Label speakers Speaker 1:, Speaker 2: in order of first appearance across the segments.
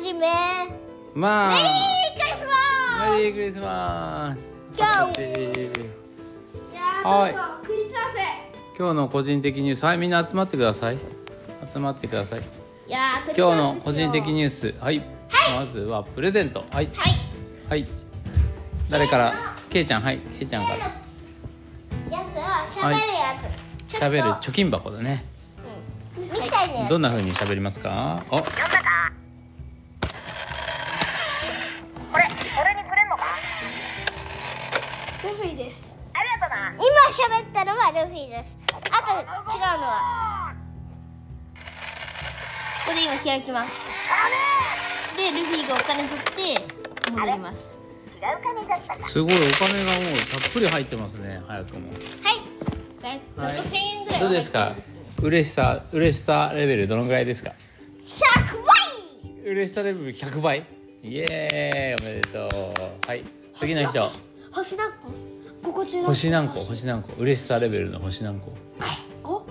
Speaker 1: じめメ
Speaker 2: まあ
Speaker 1: リークリスマス
Speaker 2: メリークリスマス
Speaker 1: 今日
Speaker 2: パチパチ
Speaker 3: いやー
Speaker 2: はい
Speaker 3: 今度クリスマス
Speaker 2: 今日の個人的ニュースはいみんな集まってください集まってください
Speaker 3: いやークリス
Speaker 2: 今日
Speaker 3: マス
Speaker 2: の
Speaker 3: ですよ
Speaker 2: 個人的ニュースはい、まずはプレゼントはい
Speaker 1: はい
Speaker 2: はい誰からけいちゃんはいけいちゃんか
Speaker 1: や
Speaker 2: ら
Speaker 1: つは喋るやつ
Speaker 2: 喋る
Speaker 1: ちょ
Speaker 2: 貯金箱だね
Speaker 1: っとみたいなやつ
Speaker 2: どんな風に喋りますかお
Speaker 4: 読んだかこれ俺にくれんのか
Speaker 3: ルフィです
Speaker 4: ありがとな
Speaker 1: 今喋ったのはルフィですあと違うのは
Speaker 3: ここで今開きますでルフィがお金取って戻ります
Speaker 4: 違う金だったか
Speaker 2: すごいお金がもうたっぷり入ってますね早くも
Speaker 3: はいざ
Speaker 2: は
Speaker 3: っ
Speaker 2: い
Speaker 3: と1000円ぐらい
Speaker 2: ど
Speaker 3: は
Speaker 2: うで
Speaker 3: 入っ
Speaker 2: す
Speaker 3: てる
Speaker 2: か
Speaker 3: んね
Speaker 2: 嬉しさ嬉しさレベルどのぐらいですか
Speaker 1: 100倍
Speaker 2: 嬉しさレベル100倍イエーイおめでとうはい次の人
Speaker 3: 星何個ここ中
Speaker 2: 星何個星何個嬉しさレベルの星何個
Speaker 3: 五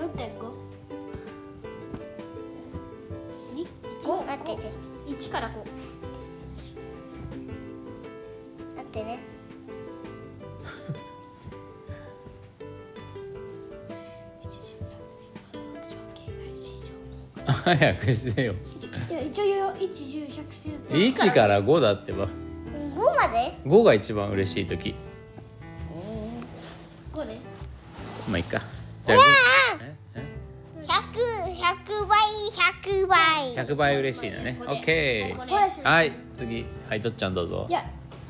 Speaker 3: 四点五二
Speaker 1: 5待ってて
Speaker 3: 一から五
Speaker 1: 待ってね
Speaker 2: 早くしてよ
Speaker 3: いや一応言うよ一十百千
Speaker 2: 1から5だってば
Speaker 1: 5まで
Speaker 2: 5が一番嬉しい時
Speaker 3: 五ね
Speaker 2: まあいっかじゃあええ
Speaker 1: 100100倍100倍
Speaker 2: 100倍嬉しいのね
Speaker 3: ここで
Speaker 2: OK
Speaker 3: 五やしな
Speaker 2: はい次はいとっちゃんどうぞ
Speaker 3: いや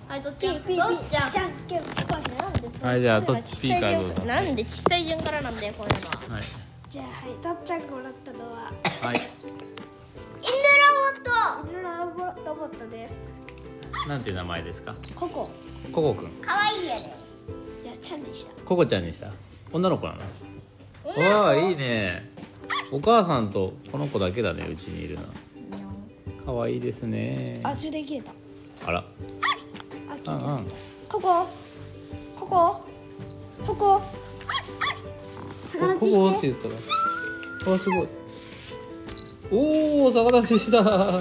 Speaker 5: はい、どっち
Speaker 3: ピ
Speaker 5: や
Speaker 3: ーピーピ
Speaker 5: ど
Speaker 3: ー
Speaker 5: っちや
Speaker 3: じゃんけんぽいなんでそんな
Speaker 2: はいじゃあと
Speaker 3: 小
Speaker 2: っ
Speaker 3: さ
Speaker 2: ちー
Speaker 3: い
Speaker 2: からど
Speaker 3: 順
Speaker 2: うぞ
Speaker 5: なんで小さい順からなんだよ、こういうのは。
Speaker 2: はい
Speaker 3: じゃあはいたっちゃんがもらったのは
Speaker 2: はい
Speaker 1: 犬ロボッ
Speaker 3: 犬のロボロボットです
Speaker 2: なんていう名前ですか
Speaker 3: ココ
Speaker 2: ココくん
Speaker 1: トかわいいよね
Speaker 3: じゃあちゃんでした
Speaker 2: ココちゃんにした女の子なのわあいいねお母さんとこの子だけだねうちにいるのかわいいですね
Speaker 3: あ充電切れた
Speaker 2: あら
Speaker 3: あ
Speaker 2: う
Speaker 3: 切
Speaker 2: ん
Speaker 3: れた
Speaker 2: うん
Speaker 3: ココココココ逆立ち
Speaker 2: おここ
Speaker 3: し
Speaker 2: ってて言ったらあすごいおお逆立ちした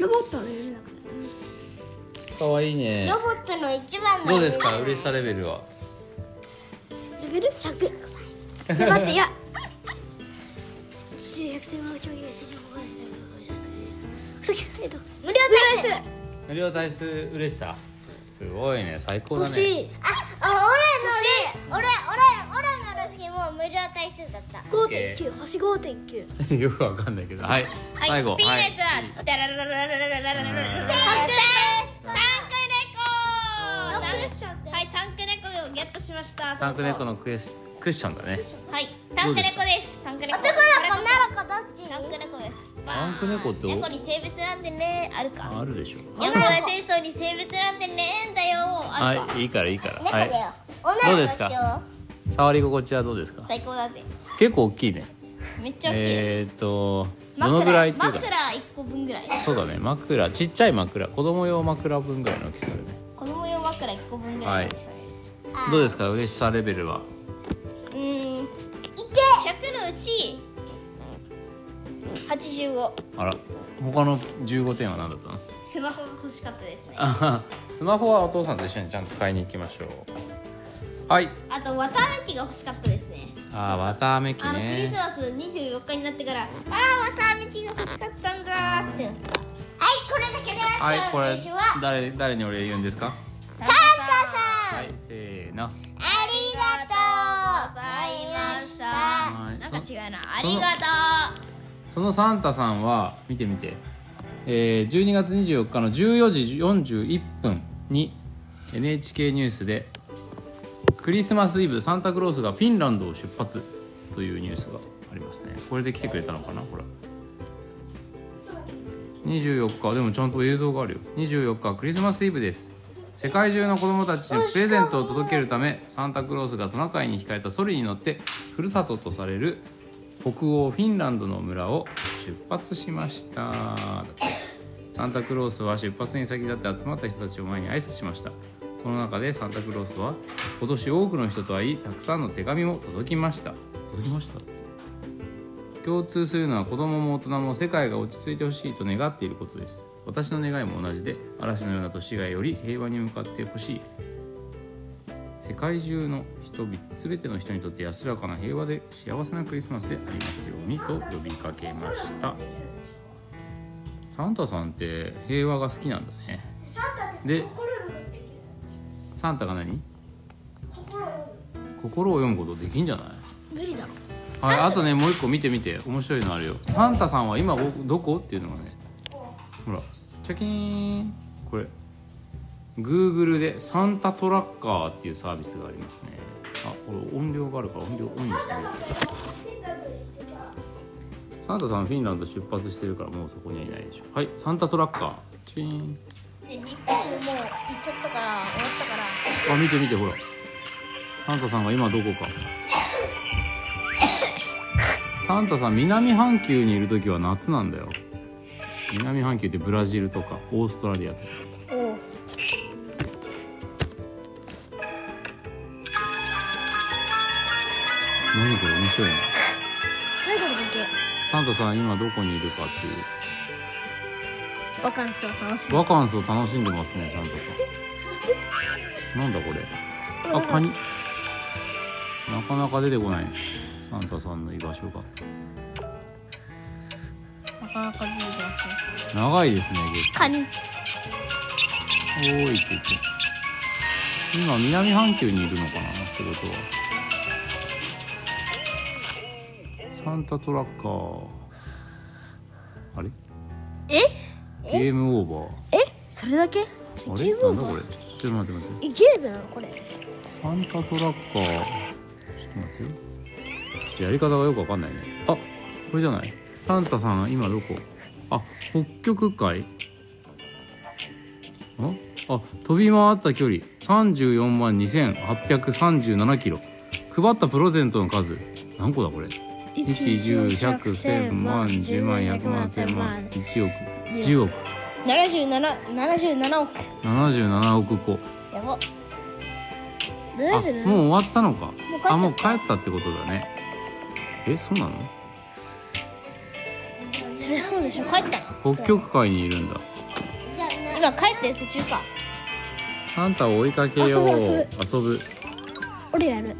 Speaker 3: ロボットの犬だから
Speaker 2: かわいいね
Speaker 1: ロボットの一番の
Speaker 2: どうですか嬉しさレベルは
Speaker 3: レベル100いや待っていや1 0 0千万超越してえっと
Speaker 1: 無料ですあ
Speaker 2: 無料体数嬉しさすごいね最高だ
Speaker 3: 欲し
Speaker 2: ね
Speaker 3: い
Speaker 1: あ俺のル俺俺俺のルフィも無料対数だった
Speaker 3: 5.9星5.9
Speaker 2: よくわかんないけどはい
Speaker 5: はい、
Speaker 2: 最後
Speaker 5: ピ
Speaker 2: は
Speaker 5: ー
Speaker 2: い
Speaker 5: レツは、ダララララララララララララ
Speaker 2: うん
Speaker 5: ララ
Speaker 1: 確定
Speaker 5: タンク
Speaker 3: ク
Speaker 5: ネ
Speaker 3: ッション
Speaker 5: コ
Speaker 3: で
Speaker 5: はい、タンクネコをゲットしました。
Speaker 2: タンク猫のクエスクッションだね
Speaker 5: はい、タンクネコです。タンクネコ。
Speaker 1: 男の子女の子どっち
Speaker 5: タンクネコです。
Speaker 2: タンク猫って
Speaker 5: 猫に性別なんてね、あるか。
Speaker 2: あるでしょ
Speaker 5: 四個大戦争に性別なんてねえんだよ。あるか。
Speaker 2: はいいいからいいから
Speaker 1: 猫
Speaker 2: は
Speaker 1: だ
Speaker 2: い
Speaker 1: よ女
Speaker 2: ど
Speaker 1: の子
Speaker 2: うで
Speaker 1: ですす
Speaker 2: か
Speaker 1: よ
Speaker 2: 触り心地はどうですか
Speaker 5: 最高だぜ。
Speaker 2: 結構大きいね
Speaker 5: めっちゃ大きいです。
Speaker 2: えーっとどのぐらい
Speaker 5: 枕、
Speaker 2: っていうか
Speaker 5: 枕一個分ぐらい。
Speaker 2: そうだね枕ちっちゃい枕子供用枕分ぐらいの大きさだね
Speaker 5: 子供用枕一個分ぐらいの大きさです。
Speaker 2: どうですか嬉しさレベルは
Speaker 5: うーん、100のうち85
Speaker 2: あら他の15点は何だったの
Speaker 5: スマホが欲しかったですね
Speaker 2: あは はスマホはお父さんと一緒にちゃんと買いに行きましょうはい
Speaker 5: あと綿あめきが欲しかったですね
Speaker 2: あー綿あめき
Speaker 5: あのクリス
Speaker 2: ね
Speaker 5: マス24日になってからあら綿あめきが欲しかったんだーってなった
Speaker 1: はいこれだけです
Speaker 2: はいこれ
Speaker 1: 私は
Speaker 2: 誰誰にお礼言うんですか
Speaker 1: サンタさんあ
Speaker 2: はいせーの
Speaker 1: りがとうございました
Speaker 2: はい
Speaker 5: なんか違うなあ
Speaker 2: そ
Speaker 5: りがと
Speaker 2: そのサンタさんは見てみて、えー、12月24日の14時41分に NHK ニュースでクリスマスイブサンタクロースがフィンランドを出発というニュースがありますねこれで来てくれたのかなこれ24日でもちゃんと映像があるよ24日はクリスマスイブです世界中の子供たちにプレゼントを届けるためサンタクロースがトナカイに引かれたソリに乗ってふるさととされる北欧フィンランドの村を出発しましたサンタクロースは出発に先立って集まった人たちを前に挨拶しましたこの中でサンタクロースは今年多くの人と会いたくさんの手紙も届きました届きました共通するのは子供も大人も世界が落ち着いてほしいと願っていることです私の願いも同じで嵐のような年がより平和に向かってほしい世界中の人々全ての人にとって安らかな平和で幸せなクリスマスでありますようにと呼びかけましたサンタさんって平和が好きなんだね
Speaker 1: サンタです
Speaker 2: で
Speaker 1: 心を持ってきて
Speaker 2: サンタが何
Speaker 1: 心を持って
Speaker 2: 心を読むことできんじゃない
Speaker 1: 無理だろ
Speaker 2: はい、あとねもう一個見てみて面白いのあるよサンタさんは今おどこっていうのがねほらチャキーンこれ Google でサンタトラッカーっていうサービスがありますねあこれ音量があるから音量オンにしてみようサンタさんフィンランド出発してるからもうそこにはいないでしょはいサンタトラッカーチーン
Speaker 3: で日本ももう行っちゃったから終わったから
Speaker 2: あ見て見てほらサンタさんが今どこかサンタさん南半球にいる時は夏なんだよ南半球ってブラジルとかオーストラリアとか何これ面白いな
Speaker 3: 何これだ
Speaker 2: サンタさん今どこにいるかっていう
Speaker 3: けバカンスを楽しむ
Speaker 2: バカンスを楽しんでますねサンタさんなんだこれあカニなかなか出てこないねサンタさんの居場所が
Speaker 3: なかなか出てきますね
Speaker 2: 長いですね結構
Speaker 3: カニ
Speaker 2: おーいって言って今南半球にいるのかなってことはサンタトラッカーあれえゲームオー
Speaker 1: え
Speaker 2: バ
Speaker 1: それだけ
Speaker 2: ーあれなんだこれちょっと待って待って
Speaker 1: ゲームなのこれ
Speaker 2: サンタトラッカーちょっと待ってよちょっとやり方がよくわかんないねあこれじゃないサンタさん今どこあ北極海ああ飛び回った距離34万2837キロ配ったプレゼントの数何個だこれ110100100万10万100万1000万1億10億
Speaker 1: 7777億
Speaker 2: 77億個
Speaker 1: やば
Speaker 2: あもう
Speaker 1: 77
Speaker 2: 終わったのか
Speaker 1: う帰っちゃった
Speaker 2: あもう帰ったってことだねえそうなの
Speaker 1: そりゃそうでしょ帰った
Speaker 2: 北極海にいるんだ
Speaker 3: 今帰ってる途中か
Speaker 2: サンタを追いかけよう
Speaker 1: 遊
Speaker 2: 遊
Speaker 1: ぶ
Speaker 2: ぶ
Speaker 1: 俺やる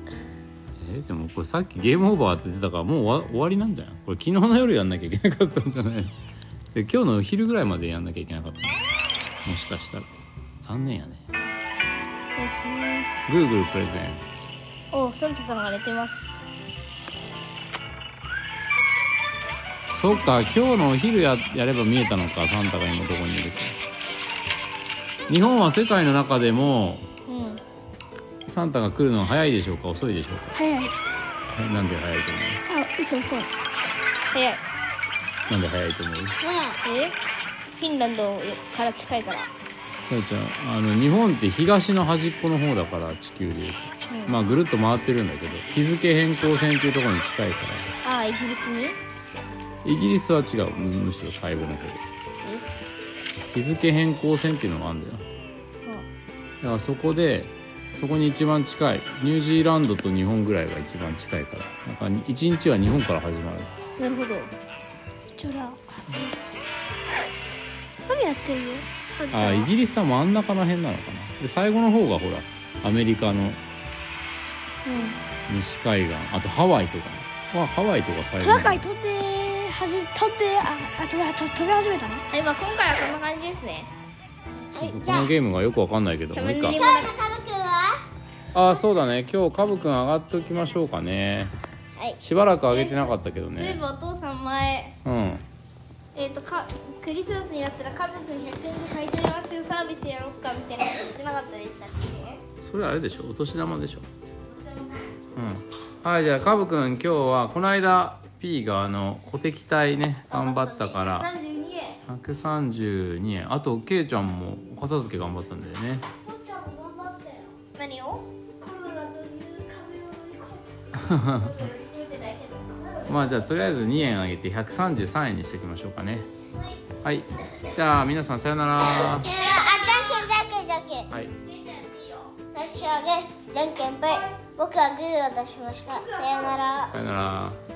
Speaker 2: えでもこれさっきゲームオーバーって出たからもう終わ終わりなんじゃないこれ昨日の夜やんなきゃいけなかったんじゃないので今日のお昼ぐらいまでやんなきゃいけなかったのもしかしたら残念やね Google プレゼン
Speaker 3: おサンタ様が寝てます
Speaker 2: ツそっか今日のお昼ややれば見えたのかサンタが今どこにいるか日本は世界の中でも
Speaker 3: うん
Speaker 2: サンタが来るのは早いでしょうか遅いでしょうか
Speaker 1: 早い
Speaker 2: えなんで早いと思
Speaker 1: あ嘘嘘
Speaker 3: 早いう
Speaker 2: なんで早いと思う
Speaker 3: えフィンランドから近いから
Speaker 2: そうちゃんあの日本って東の端っこの方だから地球でいうと、まあぐるっと回ってるんだけど日付変更線っていうところに近いか
Speaker 3: ああイギリスに
Speaker 2: らイギリスは違うむむしろ最後の方日付変更線っていうのがあるんだよだからそこでそこに一番近いニュージーランドと日本ぐらいが一番近いからなんか一日は日本から始まる
Speaker 1: なるほどちょら何やってるのサンタ
Speaker 2: あイギリスは真ん中の辺なのかなで最後の方がほらアメリカの西海岸あとハワイとかねはハワイとか最後
Speaker 1: ト
Speaker 2: の
Speaker 1: ナ
Speaker 2: 方
Speaker 1: カイ飛んではじ飛んでああとと飛び始めたの
Speaker 3: はいまあ今回はこんな感じですね
Speaker 2: このゲームがよくわかんないけど
Speaker 3: サ
Speaker 2: もう
Speaker 3: ム
Speaker 2: いい
Speaker 3: ネ
Speaker 2: か
Speaker 3: にもな
Speaker 2: ああそうだね今日カブくん上がっときましょうかね
Speaker 3: はい
Speaker 2: しばらく上げてなかったけど
Speaker 3: そういえ
Speaker 2: ね
Speaker 3: ばお父さん前
Speaker 2: うん
Speaker 3: えっ、とかクリスマスになったらカブくん100円で買い取れますよサービスやろうかみたいなこと言ってなかったでしたっけ
Speaker 2: それあれでしょお年玉でしょうんはいじゃあカブくん今日はこの間 P があの小敵隊ね頑張ったから
Speaker 3: 32円
Speaker 2: 132円あとケイちゃんもお片付け頑張ったんだよね
Speaker 3: 何を
Speaker 2: まあじゃあとりあえず2円上げて133円にしておきましょうかねはいじゃあ皆さんさよならは
Speaker 1: あじゃんけんじゃんけんじゃんけん
Speaker 2: い
Speaker 1: 私はねじゃんけんぽい僕はグーを出しましたさよなら
Speaker 2: さよなら